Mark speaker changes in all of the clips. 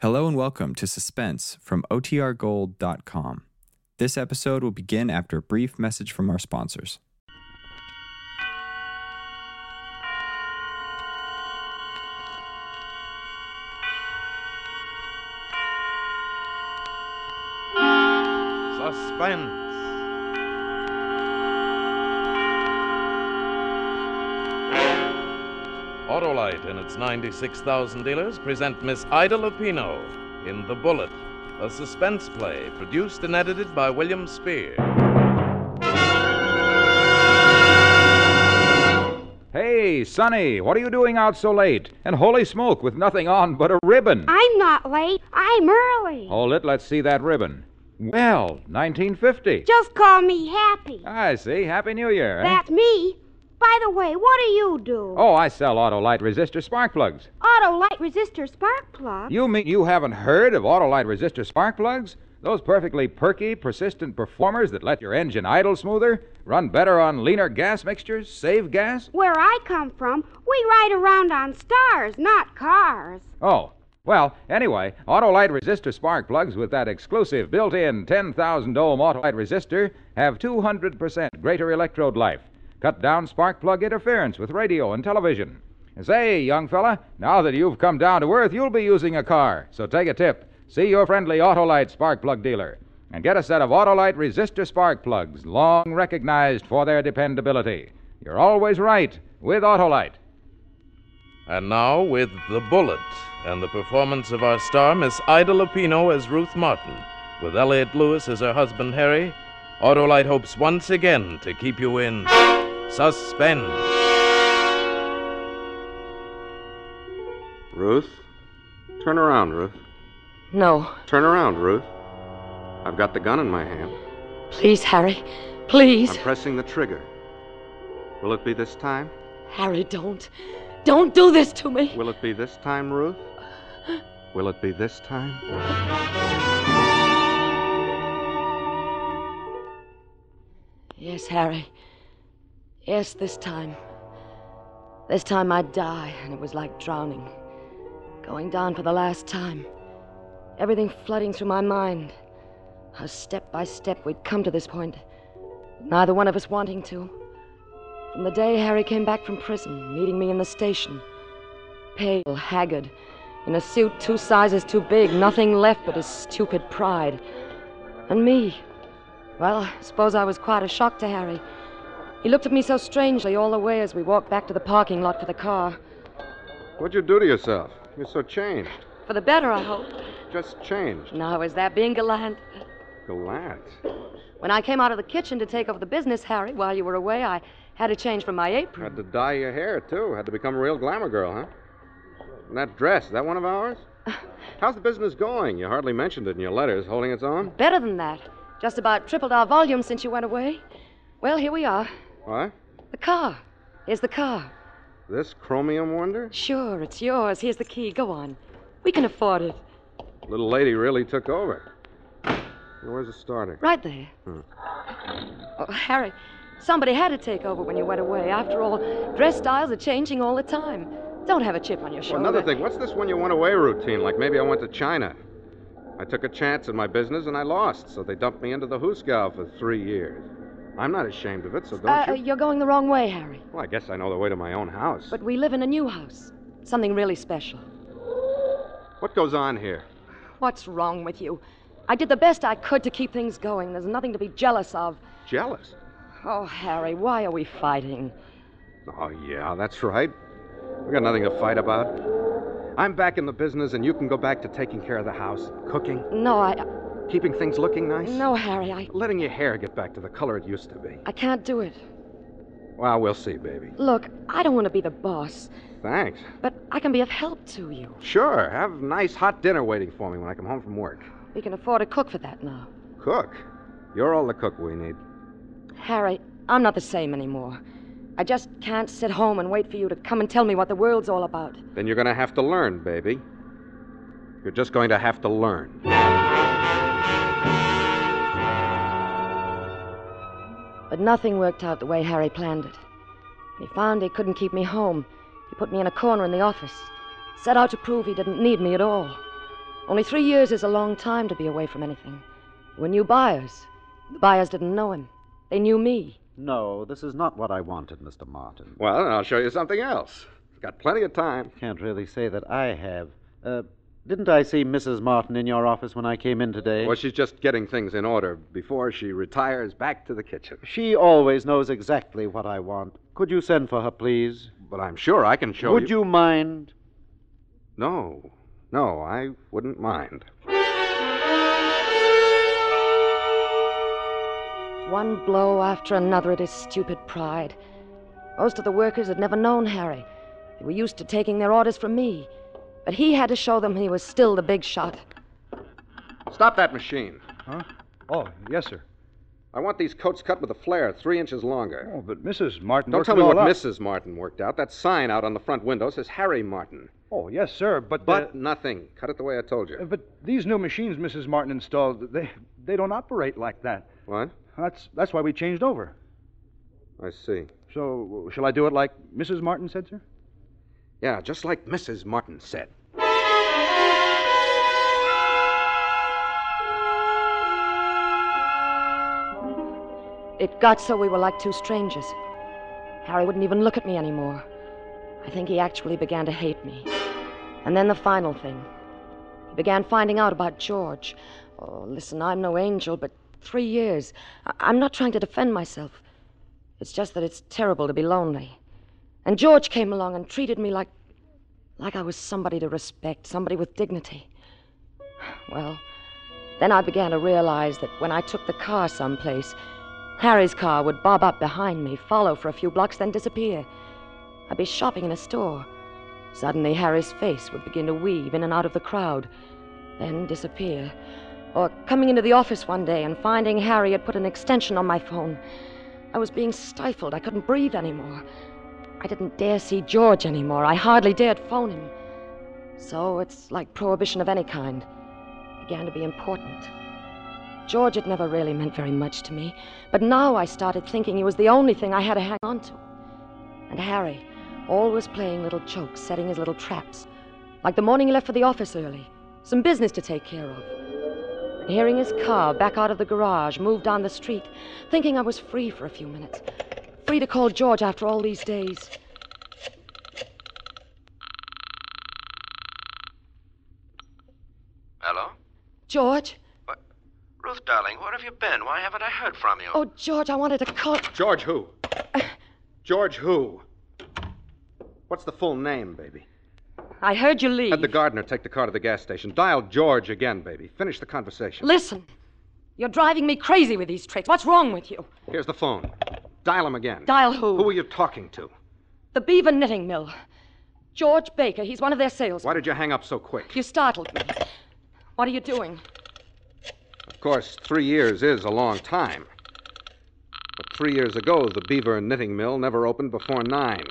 Speaker 1: Hello and welcome to Suspense from OTRGold.com. This episode will begin after a brief message from our sponsors.
Speaker 2: Suspense. Autolite and its 96,000 dealers present Miss Ida Lupino in The Bullet, a suspense play produced and edited by William Spear.
Speaker 3: Hey, Sonny, what are you doing out so late? And holy smoke, with nothing on but a ribbon.
Speaker 4: I'm not late. I'm early.
Speaker 3: Hold it, let's see that ribbon. Well, 1950.
Speaker 4: Just call me Happy.
Speaker 3: I see. Happy New Year. eh?
Speaker 4: That's me. By the way, what do you do?
Speaker 3: Oh, I sell Autolite resistor spark plugs.
Speaker 4: Auto light resistor spark plug.
Speaker 3: You mean you haven't heard of Autolite resistor spark plugs? Those perfectly perky, persistent performers that let your engine idle smoother, run better on leaner gas mixtures, save gas?
Speaker 4: Where I come from, we ride around on stars, not cars.
Speaker 3: Oh. Well, anyway, Autolite resistor spark plugs with that exclusive built-in 10,000 ohm Autolite resistor have 200% greater electrode life. Cut down spark plug interference with radio and television. And Say, young fella, now that you've come down to earth, you'll be using a car. So take a tip. See your friendly Autolite spark plug dealer and get a set of Autolite resistor spark plugs, long recognized for their dependability. You're always right with Autolite.
Speaker 2: And now, with The Bullet and the performance of our star, Miss Ida Lupino as Ruth Martin, with Elliot Lewis as her husband Harry, Autolite hopes once again to keep you in suspense.
Speaker 5: Ruth? Turn around, Ruth.
Speaker 6: No.
Speaker 5: Turn around, Ruth. I've got the gun in my hand.
Speaker 6: Please, Harry. Please.
Speaker 5: I'm pressing the trigger. Will it be this time?
Speaker 6: Harry, don't. Don't do this to me.
Speaker 5: Will it be this time, Ruth? Will it be this time?
Speaker 6: Yes, Harry. Yes, this time. This time I'd die, and it was like drowning. Going down for the last time. Everything flooding through my mind. How step by step we'd come to this point. Neither one of us wanting to. From the day Harry came back from prison, meeting me in the station. Pale, haggard, in a suit two sizes too big, nothing left but his stupid pride. And me, Well, I suppose I was quite a shock to Harry. He looked at me so strangely all the way as we walked back to the parking lot for the car.
Speaker 5: What'd you do to yourself? You're so changed.
Speaker 6: For the better, I hope.
Speaker 5: Just changed.
Speaker 6: Now, is that being gallant?
Speaker 5: Gallant.
Speaker 6: When I came out of the kitchen to take over the business, Harry, while you were away, I had to change from my apron.
Speaker 5: Had to dye your hair, too. Had to become a real glamour girl, huh? And that dress, is that one of ours? How's the business going? You hardly mentioned it in your letters. Holding its own?
Speaker 6: Better than that. Just about tripled our volume since you went away. Well, here we are.
Speaker 5: What?
Speaker 6: The car. Here's the car.
Speaker 5: This chromium wonder?
Speaker 6: Sure, it's yours. Here's the key. Go on. We can afford it.
Speaker 5: Little lady really took over. Where's the starter?
Speaker 6: Right there.
Speaker 5: Hmm.
Speaker 6: Oh, Harry, somebody had to take over when you went away. After all, dress styles are changing all the time. Don't have a chip on your shoulder.
Speaker 5: Well, another thing, what's this when you went away routine? Like maybe I went to China. I took a chance in my business and I lost, so they dumped me into the Huskow for three years. I'm not ashamed of it, so don't
Speaker 6: Uh,
Speaker 5: you?
Speaker 6: you're going the wrong way, Harry.
Speaker 5: Well, I guess I know the way to my own house.
Speaker 6: But we live in a new house. Something really special.
Speaker 5: what goes on here?
Speaker 6: What's wrong with you? I did the best I could to keep things going. There's nothing to be jealous of.
Speaker 5: Jealous?
Speaker 6: Oh, Harry, why are we fighting?
Speaker 5: Oh, yeah, that's right. We got nothing to fight about. I'm back in the business, and you can go back to taking care of the house, cooking,
Speaker 6: No, I.
Speaker 5: keeping things looking nice.
Speaker 6: No, Harry, I.
Speaker 5: Letting your hair get back to the color it used to be.
Speaker 6: I can't do it.
Speaker 5: Well, we'll see, baby.
Speaker 6: Look, I don't want to be the boss,
Speaker 5: Thanks.
Speaker 6: but I can be of help to you.
Speaker 5: Sure, have a nice hot dinner waiting for me when I come home from work.
Speaker 6: We can afford a cook for that now.
Speaker 5: Cook? You're all the cook we need.
Speaker 6: Harry, I'm not the same anymore. I just can't sit home and wait for you to come and tell me what the world's all about.
Speaker 5: Then you're going to have to learn, baby. You're just going to have to learn.
Speaker 6: But nothing worked out the way Harry planned it. When he found he couldn't keep me home, he put me in a corner in the office, set out to prove he didn't need me at all. Only three years is a long time to be away from anything. We're new buyers. The buyers didn't know him. They knew me.
Speaker 7: No, this is not what I wanted, Mr. Martin.
Speaker 5: Well, then I'll show you something else. Got plenty of time.
Speaker 7: Can't really say that I have. Uh, didn't I see Mrs. Martin in your office when I came in today?
Speaker 5: Well, she's just getting things in order before she retires back to the kitchen.
Speaker 7: She always knows exactly what I want. Could you send for her, please?
Speaker 5: But I'm sure I can show
Speaker 7: Would you mind?
Speaker 5: No, no, I wouldn't mind.
Speaker 6: One blow after another at his stupid pride. Most of the workers had never known Harry. They were used to taking their orders from me. But he had to show them he was still the big shot.
Speaker 5: Stop that machine.
Speaker 8: Huh? Oh, yes, sir.
Speaker 5: I want these coats cut with a flare three inches longer.
Speaker 8: Oh, but Mrs. Martin.
Speaker 5: Don't
Speaker 8: worked
Speaker 5: tell
Speaker 8: it
Speaker 5: me
Speaker 8: all
Speaker 5: what
Speaker 8: out.
Speaker 5: Mrs. Martin worked out. That sign out on the front window says Harry Martin.
Speaker 8: Oh, yes, sir. But
Speaker 3: Uh,
Speaker 5: But
Speaker 8: the-
Speaker 5: nothing. Cut it the way I told you.
Speaker 8: but these new machines Mrs. Martin installed, they they don't operate like that.
Speaker 5: What?
Speaker 8: That's that's why we changed over.
Speaker 5: I see.
Speaker 8: So shall I do it like Mrs. Martin said, sir?
Speaker 5: Yeah, just like Mrs. Martin said.
Speaker 6: It got so we were like two strangers. Harry wouldn't even look at me anymore. I think he actually began to hate me. And then the final thing. He began finding out about George. Oh, listen, I'm no angel, but three years. I- I'm not trying to defend myself. It's just that it's terrible to be lonely. And George came along and treated me like. like I was somebody to respect, somebody with dignity. Well, then I began to realize that when I took the car someplace, Harry's car would bob up behind me, follow for a few blocks, then disappear. I'd be shopping in a store. Suddenly, Harry's face would begin to weave in and out of the crowd, then disappear. Or coming into the office one day and finding Harry had put an extension on my phone. I was being stifled. I couldn't breathe anymore. I didn't dare see George anymore. I hardly dared phone him. So it's like prohibition of any kind. It began to be important. George had never really meant very much to me, but now I started thinking he was the only thing I had to hang on to. And Harry, always playing little jokes, setting his little traps. Like the morning he left for the office early, some business to take care of. And hearing his car back out of the garage, move down the street, thinking I was free for a few minutes. Free to call George after all these days.
Speaker 9: Hello?
Speaker 6: George?
Speaker 9: What? Ruth, darling, where have you been? Why haven't I heard from you?
Speaker 6: Oh, George, I wanted to call.
Speaker 5: George who? George who? What's the full name, baby?
Speaker 6: I heard you leave.
Speaker 5: Had the gardener take the car to the gas station. Dial George again, baby. Finish the conversation.
Speaker 6: Listen, you're driving me crazy with these tricks. What's wrong with you?
Speaker 5: Here's the phone. Dial him again.
Speaker 6: Dial who?
Speaker 5: Who are you talking to?
Speaker 6: The Beaver Knitting Mill. George Baker, he's one of their salesmen.
Speaker 5: Why did you hang up so quick?
Speaker 6: You startled me. What are you doing?
Speaker 5: Of course, three years is a long time. But three years ago, the Beaver and Knitting Mill never opened before nine.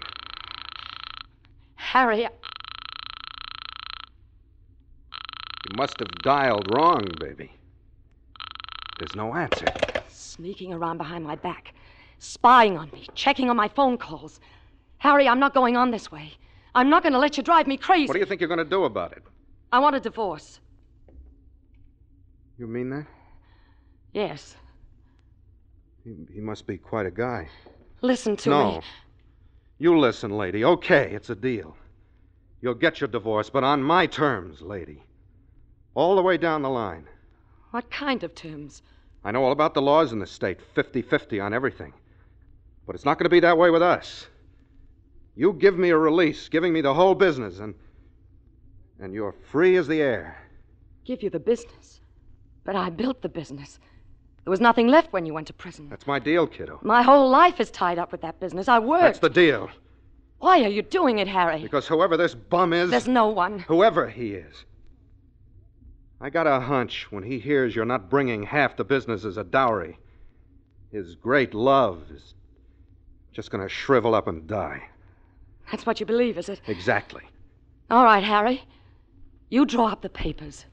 Speaker 6: Harry, I-
Speaker 5: You must have dialed wrong, baby. There's no answer.
Speaker 6: sneaking around behind my back, spying on me, checking on my phone calls. Harry, I'm not going on this way. I'm not going to let you drive me crazy.
Speaker 5: What do you think you're going to do about it?
Speaker 6: I want a divorce.
Speaker 5: You mean that?
Speaker 6: Yes.
Speaker 5: He, he must be quite a guy.
Speaker 6: Listen to
Speaker 5: no.
Speaker 6: me.
Speaker 5: You listen, lady. Okay, it's a deal. You'll get your divorce, but on my terms, lady. All the way down the line.
Speaker 6: What kind of terms?
Speaker 5: I know all about the laws in the state 50 50 on everything. But it's not going to be that way with us. You give me a release, giving me the whole business, and. and you're free as the air.
Speaker 6: Give you the business. But I built the business. There was nothing left when you went to prison.
Speaker 5: That's my deal, kiddo.
Speaker 6: My whole life is tied up with that business. I worked.
Speaker 5: That's the deal.
Speaker 6: Why are you doing it, Harry?
Speaker 5: Because whoever this bum is,
Speaker 6: There's no one.
Speaker 5: whoever he is, I got a hunch when he hears you're not bringing half the business as a dowry, his great love is just going to shrivel up and die.
Speaker 6: That's what you believe, is it?
Speaker 5: Exactly.
Speaker 6: All right, Harry. You draw up the papers.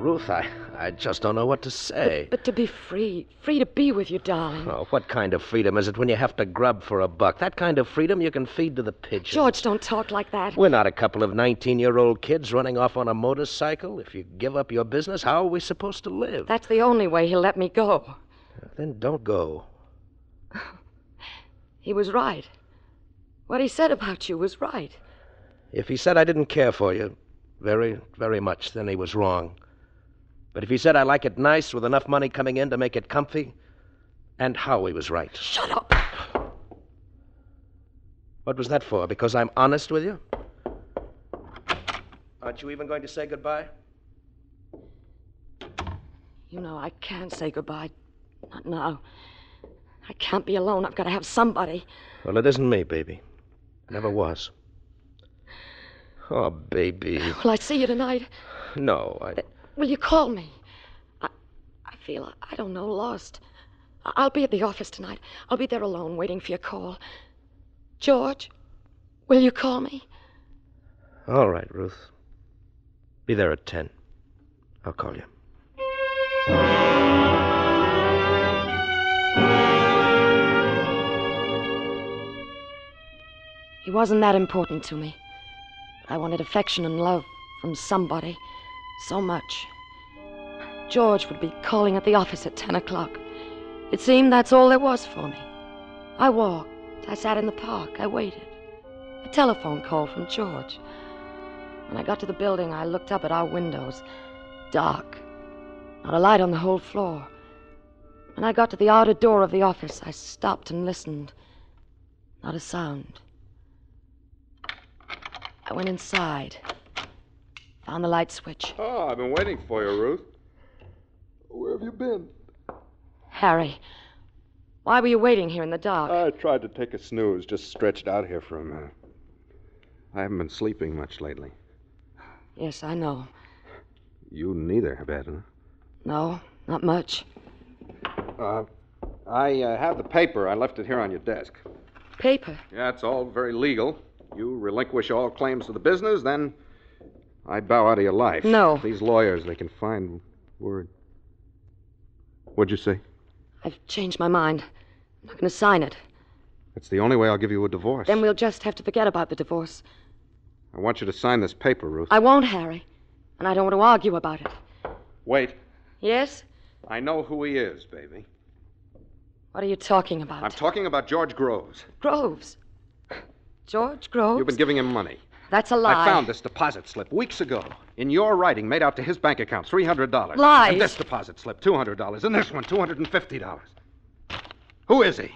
Speaker 9: Ruth, I, I just don't know what to say.
Speaker 6: But to be free, free to be with you, darling.
Speaker 9: Oh, what kind of freedom is it when you have to grub for a buck? That kind of freedom you can feed to the pigeons.
Speaker 6: George, don't talk like that.
Speaker 9: We're not a couple of 19 year old kids running off on a motorcycle. If you give up your business, how are we supposed to live?
Speaker 6: That's the only way he'll let me go.
Speaker 9: Then don't go.
Speaker 6: He was right. What he said about you was right.
Speaker 9: If he said I didn't care for you very, very much, then he was wrong. But if he said I like it nice with enough money coming in to make it comfy, and how he was right.
Speaker 6: Shut up.
Speaker 9: What was that for? Because I'm honest with you? Aren't you even going to say goodbye?
Speaker 6: You know, I can't say goodbye. Not now. I can't be alone. I've got to have somebody.
Speaker 9: Well, it isn't me, baby. It never was. Oh, baby.
Speaker 6: Will I see you tonight?
Speaker 9: No, I.
Speaker 6: Will you call me? I, I feel, I don't know, lost. I- I'll be at the office tonight. I'll be there alone waiting for your call. George, will you call me?
Speaker 9: All right, Ruth. Be there at 10. I'll call you.
Speaker 6: He wasn't that important to me. But I wanted affection and love from somebody. So much. George would be calling at the office at 10 o'clock. It seemed that's all there was for me. I walked. I sat in the park. I waited. A telephone call from George. When I got to the building, I looked up at our windows. Dark. Not a light on the whole floor. When I got to the outer door of the office, I stopped and listened. Not a sound. I went inside. Found the light switch.
Speaker 5: Oh, I've been waiting for you, Ruth. Where have you been?
Speaker 6: Harry, why were you waiting here in the dark?
Speaker 5: I tried to take a snooze, just stretched out here for a minute. I haven't been sleeping much lately.
Speaker 6: yes, I know.
Speaker 5: You neither have had, huh?
Speaker 6: No, not much.
Speaker 5: Uh, I uh, have the paper. I left it here on your desk.
Speaker 6: Paper.
Speaker 5: Yeah, it's all very legal. You relinquish all claims to the business, then I bow out of your life.
Speaker 6: No.
Speaker 5: These lawyers, they can find word. What'd you say?
Speaker 6: I've changed my mind. I'm not going to sign it.
Speaker 5: That's the only way I'll give you a divorce.
Speaker 6: Then we'll just have to forget about the divorce.
Speaker 5: I want you to sign this paper, Ruth.
Speaker 6: I won't, Harry. And I don't want to argue about it.
Speaker 5: Wait.
Speaker 6: Yes?
Speaker 5: I know who he is, baby.
Speaker 6: What are you talking about?
Speaker 5: I'm talking about George Groves.
Speaker 6: Groves. George Groves?
Speaker 5: You've been giving him money.
Speaker 6: That's a lie.
Speaker 5: I found this deposit slip weeks ago. In your writing, made out to his bank account, three hundred dollars.
Speaker 6: Lies.
Speaker 5: And this deposit slip, two hundred dollars. And this one, two hundred and fifty dollars. Who is he?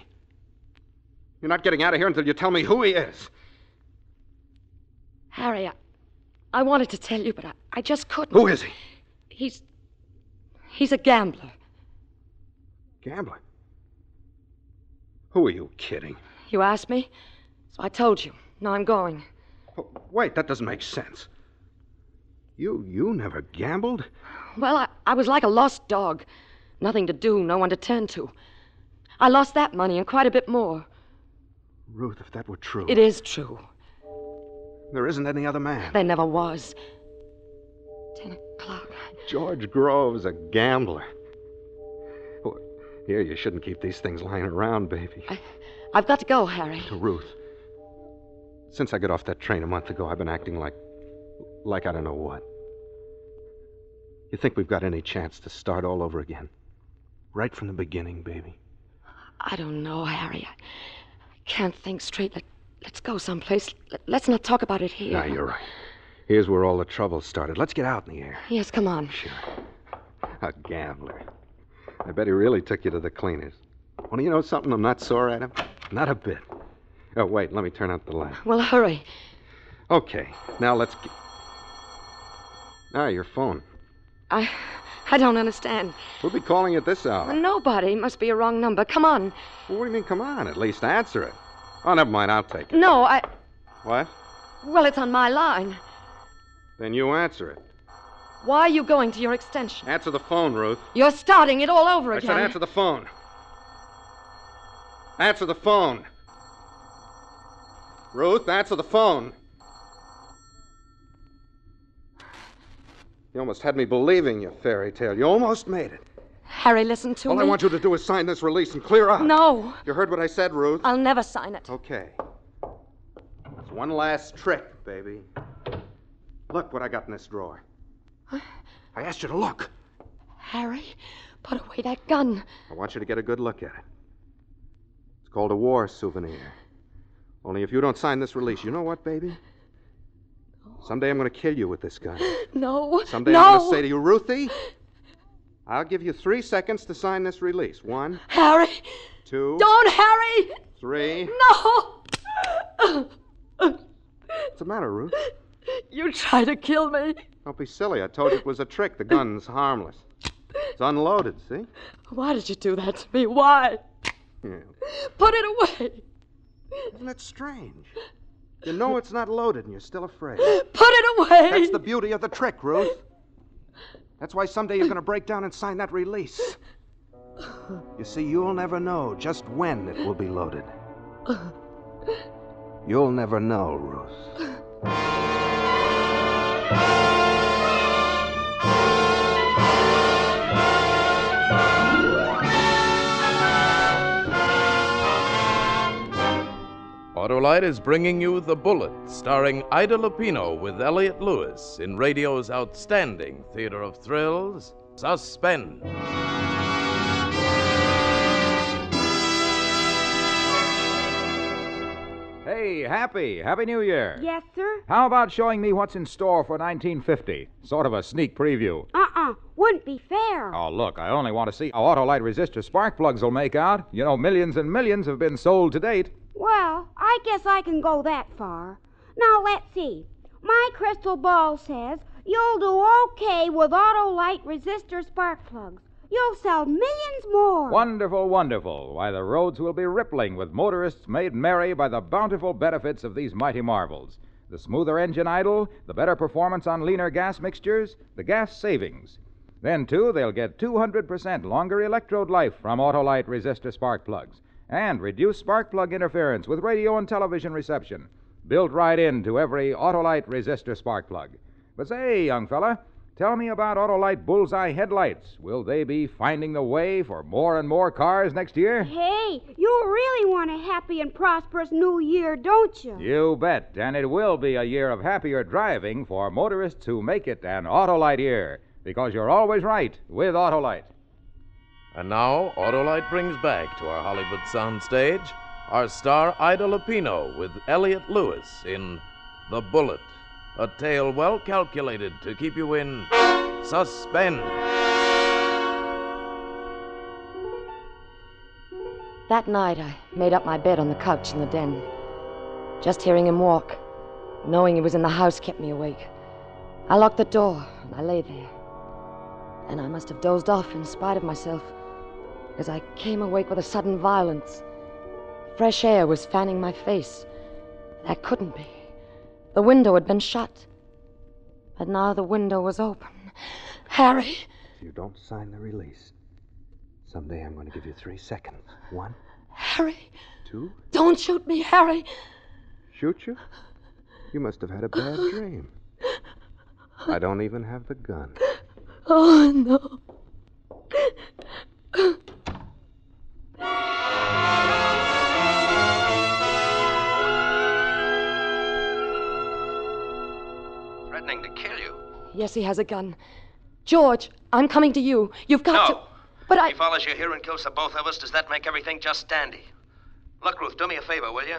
Speaker 5: You're not getting out of here until you tell me who he is.
Speaker 6: Harry, I, I wanted to tell you, but I, I just couldn't.
Speaker 5: Who is he?
Speaker 6: He's. He's a gambler.
Speaker 5: Gambling. Who are you kidding?
Speaker 6: You asked me, so I told you. Now I'm going.
Speaker 5: Oh, Wait, that doesn't make sense. You you never gambled?
Speaker 6: Well, I, I was like a lost dog. Nothing to do, no one to turn to. I lost that money and quite a bit more.
Speaker 5: Ruth, if that were true,
Speaker 6: It is true.
Speaker 5: there isn't any other man.
Speaker 6: There never was. Ten o'clock.
Speaker 5: George Grove's a gambler. Well, Here, you shouldn't keep these things lying around, baby.
Speaker 6: I, I've got to go, Harry.
Speaker 5: to Ruth. Since I got off that train a month ago, I've been acting like. like I don't know what. You think we've got any chance to start all over again? Right from the beginning, baby.
Speaker 6: I don't know, Harry. I, I can't think straight. Let, let's go someplace. Let, let's not talk about it here.
Speaker 5: Now, you're right. Here's where all the trouble started. Let's get out in the air.
Speaker 6: Yes, come on.
Speaker 5: Sure. A gambler. I bet he really took you to the cleaners. Want to you know something? I'm not sore at him. Not a bit. Oh, wait, let me turn out the light.
Speaker 6: Well, hurry.
Speaker 5: Okay, now let's get. Ah, your phone.
Speaker 6: I, I don't understand.
Speaker 5: We'll be calling at this hour.
Speaker 6: Nobody must be a wrong number. Come on.
Speaker 5: Well, what do you mean, come on? At least answer it. Oh, never mind. I'll take it.
Speaker 6: No, I.
Speaker 5: What?
Speaker 6: Well, it's on my line.
Speaker 5: Then you answer it.
Speaker 6: Why are you going to your extension?
Speaker 5: Answer the phone, Ruth.
Speaker 6: You're starting it all over
Speaker 5: I
Speaker 6: again.
Speaker 5: said answer the phone. Answer the phone. Ruth, answer the phone. You almost had me believing your fairy tale. You almost made it.
Speaker 6: Harry, listen to
Speaker 5: All
Speaker 6: me.
Speaker 5: I want you to do is sign this release and clear out.
Speaker 6: No,
Speaker 5: You heard what I said, Ruth?
Speaker 6: I'll never sign it.
Speaker 5: Okay. It's one last trick, baby. Look what I got in this drawer. I asked you to look.
Speaker 6: Harry, put away that gun.
Speaker 5: I want you to get a good look at it. It's called a war souvenir. Only if you don't sign this release, you know what, baby? Someday I'm going to kill you with this gun.
Speaker 6: No.
Speaker 5: Someday
Speaker 6: no.
Speaker 5: I'm going to say to you, Ruthie, I'll give you three seconds to sign this release. One,
Speaker 6: Harry,
Speaker 5: two,
Speaker 6: don't, Harry!
Speaker 5: three.
Speaker 6: No!
Speaker 5: What's the matter, Ruth?
Speaker 6: You try to kill me.
Speaker 5: Don't be silly. I told you it was a trick. The gun's harmless. It's unloaded, see?
Speaker 6: Why did you do that to me? Why?
Speaker 5: Yeah.
Speaker 6: Put it away.
Speaker 5: Isn't that strange? You know it's not loaded and you're still afraid.
Speaker 6: Put it away.
Speaker 5: That's the beauty of the trick, Ruth. That's why someday you're going to break down and sign that release. You see, you'll never know just when it will be loaded. You'll never know, Ruth.
Speaker 2: Autolite is bringing you The Bullet, starring Ida Lupino with Elliot Lewis in radio's outstanding theater of thrills, Suspense.
Speaker 3: Hey, Happy. Happy New Year.
Speaker 4: Yes, sir?
Speaker 3: How about showing me what's in store for 1950? Sort of a sneak preview.
Speaker 4: Uh uh-uh. uh. would not be fair.
Speaker 3: Oh, look, I only want to see how Autolite resistor spark plugs will make out. You know, millions and millions have been sold to date.
Speaker 4: Well, I guess I can go that far. Now, let's see. My crystal ball says you'll do okay with Autolite resistor spark plugs. You'll sell millions more.
Speaker 3: Wonderful, wonderful. Why, the roads will be rippling with motorists made merry by the bountiful benefits of these mighty marvels. The smoother engine idle, the better performance on leaner gas mixtures, the gas savings. Then, too, they'll get 200% longer electrode life from Autolite resistor spark plugs and reduced spark plug interference with radio and television reception, built right into every Autolite resistor spark plug. But say, young fella, tell me about Autolite bullseye headlights. Will they be finding the way for more and more cars next year?
Speaker 4: Hey, you really want a happy and prosperous new year, don't you?
Speaker 3: You bet. And it will be a year of happier driving for motorists who make it an Autolite year. Because you're always right with Autolite.
Speaker 2: And now, Autolite brings back to our Hollywood soundstage our star Ida Lupino with Elliot Lewis in The Bullet, a tale well calculated to keep you in suspense.
Speaker 6: That night, I made up my bed on the couch in the den. Just hearing him walk, knowing he was in the house, kept me awake. I locked the door, and I lay there. Then I must have dozed off in spite of myself, as I came awake with a sudden violence. Fresh air was fanning my face. That couldn't be. The window had been shut. But now the window was open. Harry!
Speaker 5: If you don't sign the release, someday I'm going to give you three seconds. One,
Speaker 6: Harry!
Speaker 5: two,
Speaker 6: Don't shoot me, Harry!
Speaker 5: shoot you? You must have had a bad dream. I don't even have the gun.
Speaker 6: Oh, no.
Speaker 9: Threatening to kill you.
Speaker 6: Yes, he has a gun. George, I'm coming to you. You've got
Speaker 9: No.
Speaker 6: to. But I.
Speaker 9: He follows you here and kills the both of us. Does that make everything just dandy? Look, Ruth, do me a favor, will you?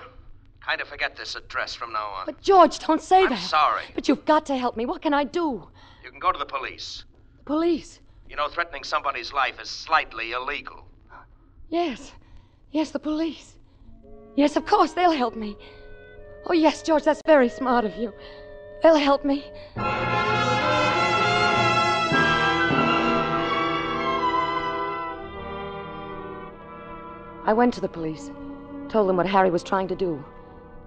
Speaker 9: Kind of forget this address from now on.
Speaker 6: But George, don't say
Speaker 9: I'm
Speaker 6: that.
Speaker 9: sorry.
Speaker 6: But you've got to help me. What can I do?
Speaker 9: You can go to the police.
Speaker 6: Police.
Speaker 9: You know, threatening somebody's life is slightly illegal.
Speaker 6: Yes. Yes, the police. Yes, of course, they'll help me. Oh, yes, George, that's very smart of you. They'll help me. I went to the police, told them what Harry was trying to do.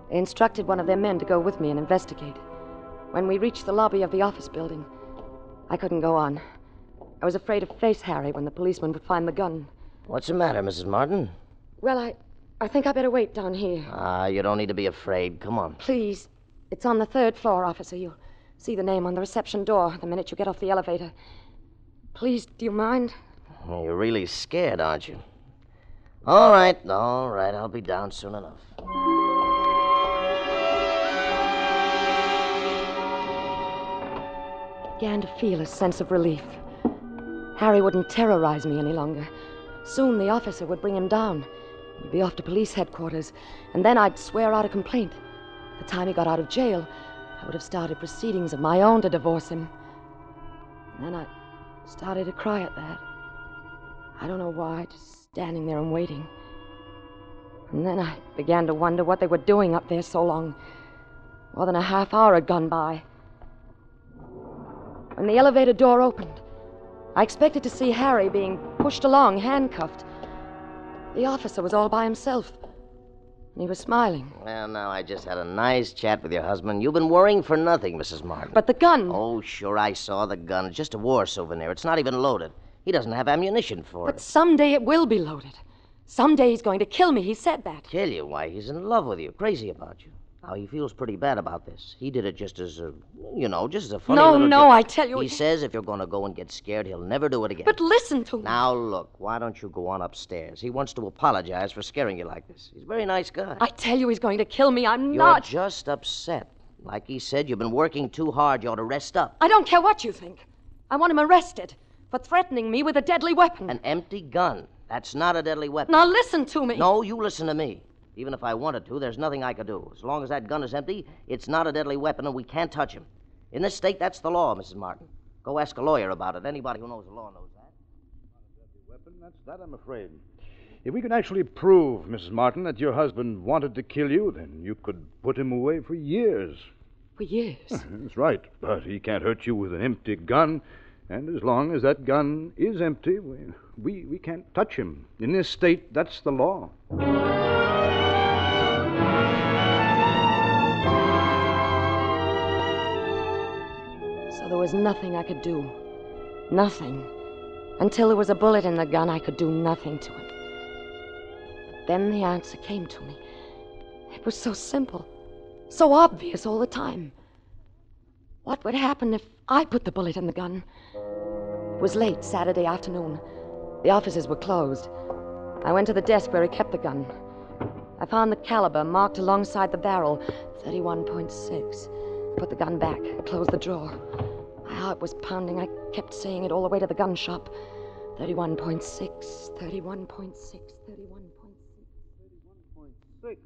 Speaker 6: They instructed one of their men to go with me and investigate. When we reached the lobby of the office building, I couldn't go on. I was afraid to face Harry when the policeman would find the gun.
Speaker 10: What's the matter, Mrs. Martin?
Speaker 6: Well, I, I think I better wait down here.
Speaker 10: Ah, you don't need to be afraid. Come on.
Speaker 6: Please. It's on the third floor, officer. You, See the name on the reception door the minute you get off the elevator. Please, do you mind?
Speaker 10: You're really scared, aren't you? All right, all right. I'll be down soon enough.
Speaker 6: began to feel a sense of relief. Harry wouldn't terrorize me any longer. Soon the officer would bring him down. We'd be off to police headquarters, and then I'd swear out a complaint. By the time he got out of jail, I would have started proceedings of my own to divorce him. And then I started to cry at that. I don't know why, just standing there and waiting. And then I began to wonder what they were doing up there so long. More than a half hour had gone by. When the elevator door opened, I expected to see Harry being pushed along, handcuffed. The officer was all by himself, and he was smiling.
Speaker 10: Well, now, I just had a nice chat with your husband. You've been worrying for nothing, Mrs. Martin.
Speaker 6: But the gun.
Speaker 10: Oh, sure, I saw the gun. It's just a war souvenir. It's not even loaded. He doesn't have ammunition for
Speaker 6: But
Speaker 10: it.
Speaker 6: someday it will be loaded. Someday he's going to kill me. He said that.
Speaker 10: Tell you why, he's in love with you, crazy about you. Now, he feels pretty bad about this. He did it just as a, you know, just as a funny
Speaker 6: No,
Speaker 10: little
Speaker 6: no,
Speaker 10: joke.
Speaker 6: I tell you-
Speaker 10: He says if you're going to go and get scared, he'll never do it again.
Speaker 6: But listen to me.
Speaker 10: Now, look, why don't you go on upstairs? He wants to apologize for scaring you like this. He's a very nice guy.
Speaker 6: I tell you he's going to kill me. I'm
Speaker 10: You're
Speaker 6: not.
Speaker 10: just upset. Like he said, you've been working too hard. You ought to rest up.
Speaker 6: I don't care what you think. I want him arrested for threatening me with a deadly weapon.
Speaker 10: An empty gun. That's not a deadly weapon.
Speaker 6: Now listen to me.
Speaker 10: No, you listen to me. Even if I wanted to, there's nothing I could do. As long as that gun is empty, it's not a deadly weapon, and we can't touch him. In this state, that's the law, Mrs. Martin. Go ask a lawyer about it. Anybody who knows the law knows that.
Speaker 8: Weapon? That's that, I'm afraid. If we could actually prove, Mrs. Martin, that your husband wanted to kill you, then you could put him away for years.
Speaker 6: For years.
Speaker 8: That's right. But he can't hurt you with an empty gun. And as long as that gun is empty, we, we, we can't touch him. In this state, that's the law.
Speaker 6: So there was nothing I could do. Nothing. Until there was a bullet in the gun, I could do nothing to him. But then the answer came to me. It was so simple, so obvious all the time. What would happen if I put the bullet in the gun? It was late Saturday afternoon. The offices were closed. I went to the desk where he kept the gun. I found the caliber marked alongside the barrel 31.6. I put the gun back, closed the drawer. My heart was pounding. I kept saying it all the way to the gun shop 31.6, 31.6, 31.6.
Speaker 7: Six.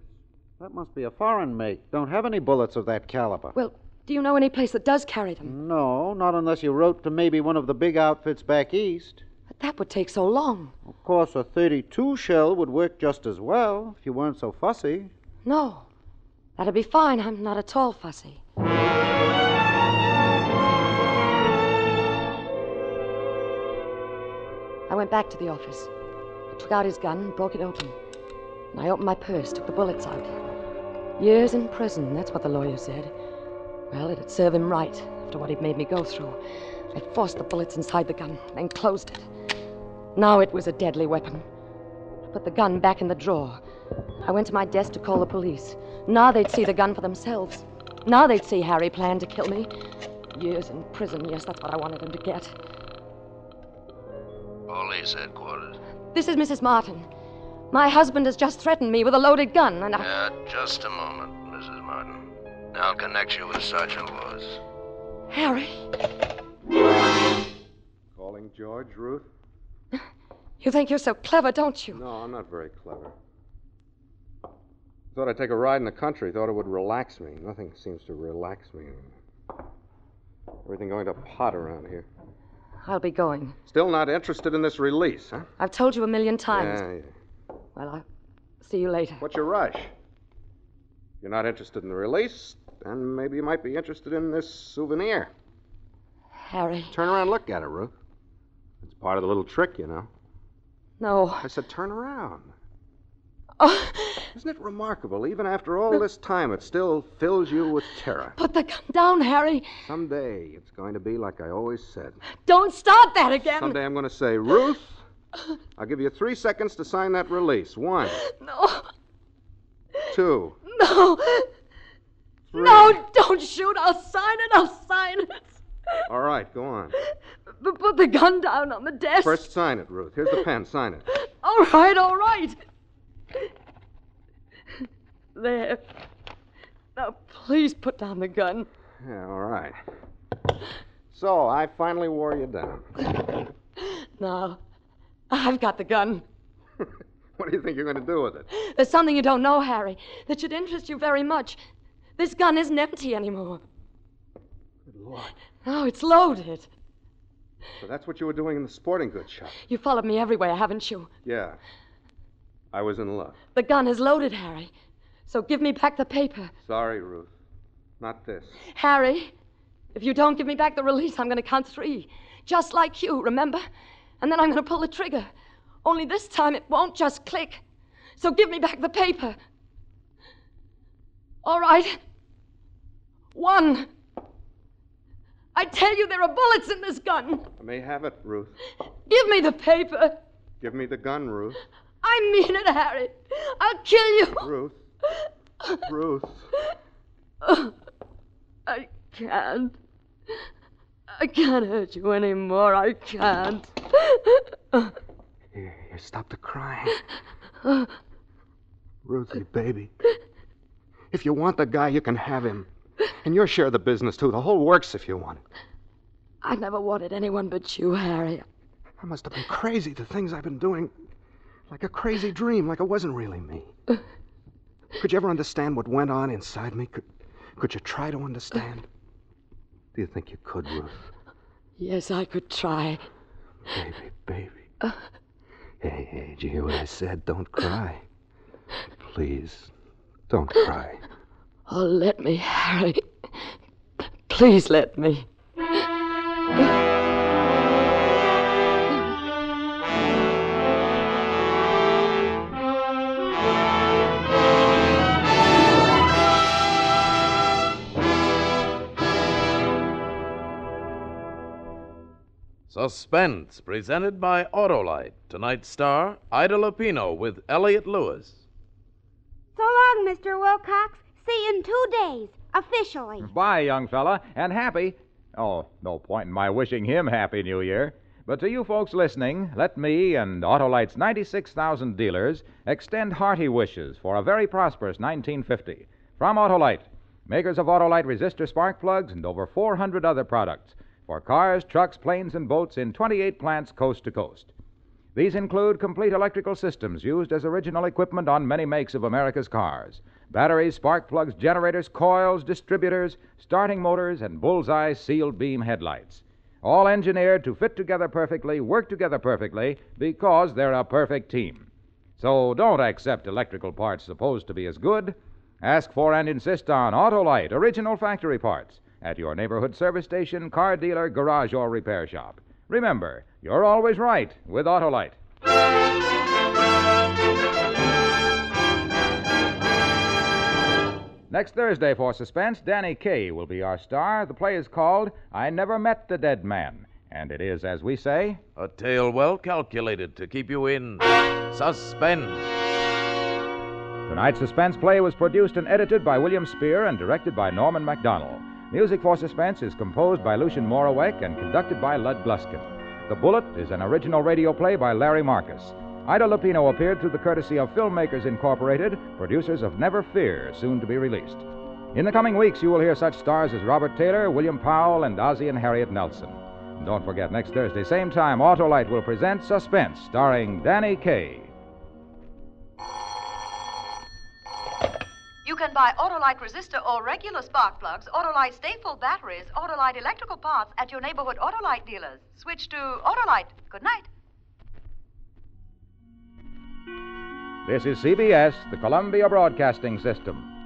Speaker 7: That must be a foreign make. Don't have any bullets of that caliber.
Speaker 6: Well, do you know any place that does carry them?
Speaker 7: No, not unless you wrote to maybe one of the big outfits back east.
Speaker 6: But that would take so long.
Speaker 7: Of course, a 32 shell would work just as well if you weren't so fussy.
Speaker 6: No. That'd be fine. I'm not at all fussy. I went back to the office. I took out his gun, broke it open. And I opened my purse, took the bullets out. Years in prison, that's what the lawyer said. Well, it'd serve him right after what he'd made me go through. I forced the bullets inside the gun, then closed it. Now it was a deadly weapon. I put the gun back in the drawer. I went to my desk to call the police. Now they'd see the gun for themselves. Now they'd see Harry planned to kill me. Years in prison, yes, that's what I wanted him to get.
Speaker 9: Police headquarters.
Speaker 6: This is Mrs. Martin. My husband has just threatened me with a loaded gun, and I.
Speaker 9: Yeah, just a moment, Mrs. Martin. I'll connect you with Sergeant Lewis.
Speaker 6: Harry,
Speaker 5: Calling George, Ruth?
Speaker 6: you think you're so clever, don't you?
Speaker 5: No, I'm not very clever. Thought I'd take a ride in the country. Thought it would relax me. Nothing seems to relax me. Everything going to pot around here.
Speaker 6: I'll be going.
Speaker 5: Still not interested in this release, huh?
Speaker 6: I've told you a million times.
Speaker 5: Yeah, yeah.
Speaker 6: Well, I'll see you later.
Speaker 5: What's your rush? You're not interested in the release, then maybe you might be interested in this souvenir.
Speaker 6: Harry.
Speaker 5: Turn around, and look at it, Ruth. It's part of the little trick, you know.
Speaker 6: No.
Speaker 5: I said, turn around.
Speaker 6: Oh,
Speaker 5: Isn't it remarkable? Even after all this time, it still fills you with terror.
Speaker 6: put the gun down, Harry.
Speaker 5: Someday it's going to be like I always said.
Speaker 6: Don't start that again.
Speaker 5: Someday I'm going to say, Ruth, I'll give you three seconds to sign that release. One,
Speaker 6: No.
Speaker 5: two,
Speaker 6: No.
Speaker 5: free.
Speaker 6: No, don't shoot. I'll sign it. I'll sign it.
Speaker 5: All right, go on.
Speaker 6: But put the gun down on the desk.
Speaker 5: First, sign it, Ruth. Here's the pen. Sign it.
Speaker 6: All right, all right. There. Now, please put down the gun.
Speaker 5: Yeah, all right. So, I finally wore you down.
Speaker 6: Now, I've got the gun.
Speaker 5: What do you think you're going to do with it?
Speaker 6: There's something you don't know, Harry, that should interest you very much. This gun isn't empty anymore.
Speaker 5: Good Lord.
Speaker 6: No, it's loaded.
Speaker 5: So that's what you were doing in the sporting goods shop.
Speaker 6: You followed me everywhere, haven't you?
Speaker 5: Yeah. I was in love.
Speaker 6: The gun is loaded, Harry. So give me back the paper.
Speaker 5: Sorry, Ruth. Not this.
Speaker 6: Harry, if you don't give me back the release, I'm going to count three. Just like you, remember? And then I'm going to pull the trigger. Only this time it won't just click. So give me back the paper. All right. One. I tell you, there are bullets in this gun.
Speaker 5: I may have it, Ruth.
Speaker 6: Give me the paper.
Speaker 5: Give me the gun, Ruth.
Speaker 6: I mean it, Harry. I'll kill you.
Speaker 5: Ruth. Ruth.
Speaker 6: I can't. I can't hurt you anymore. I can't.
Speaker 5: Here, here, stop the crying. Ruthie, baby. If you want the guy, you can have him. And your share of the business, too. The whole works if you want it.
Speaker 6: I never wanted anyone but you, Harry.
Speaker 5: I must have been crazy, the things I've been doing. Like a crazy dream, like it wasn't really me. Could you ever understand what went on inside me? Could, could you try to understand? Do you think you could, Ruth?
Speaker 6: Yes, I could try.
Speaker 5: Baby, baby. Hey, hey, did you hear what I said? Don't cry. Please, don't cry.
Speaker 6: Oh, let me, Harry. Please let me.
Speaker 2: Suspense, presented by Autolite. Tonight's star, Ida Lupino, with Elliot Lewis.
Speaker 4: So long, Mr. Wilcox. See you in two days, officially.
Speaker 3: Bye, young fella, and happy. Oh, no point in my wishing him Happy New Year. But to you folks listening, let me and Autolite's 96,000 dealers extend hearty wishes for a very prosperous 1950 from Autolite, makers of Autolite resistor spark plugs and over 400 other products for cars, trucks, planes, and boats in 28 plants coast to coast. These include complete electrical systems used as original equipment on many makes of America's cars batteries, spark plugs, generators, coils, distributors, starting motors, and bullseye sealed beam headlights. All engineered to fit together perfectly, work together perfectly, because they're a perfect team. So don't accept electrical parts supposed to be as good. Ask for and insist on Autolite original factory parts at your neighborhood service station, car dealer, garage, or repair shop. Remember, you're always right with Autolite. Next Thursday for Suspense, Danny Kaye will be our star. The play is called I Never Met the Dead Man, and it is, as we say,
Speaker 2: A tale well calculated to keep you in suspense.
Speaker 3: Tonight's suspense play was produced and edited by William Spear and directed by Norman MacDonald. Music for Suspense is composed by Lucian Morawek and conducted by Lud Gluskin. The Bullet is an original radio play by Larry Marcus. Ida Lupino appeared through the courtesy of Filmmakers Incorporated, producers of Never Fear, soon to be released. In the coming weeks, you will hear such stars as Robert Taylor, William Powell, and Ozzie and Harriet Nelson. And don't forget, next Thursday, same time, Autolite will present Suspense, starring Danny Kaye.
Speaker 11: You can buy Autolite resistor or regular spark plugs, Autolite staple batteries, Autolite electrical parts at your neighborhood Autolite dealers. Switch to Autolite. Good night.
Speaker 3: This is CBS, the Columbia Broadcasting System.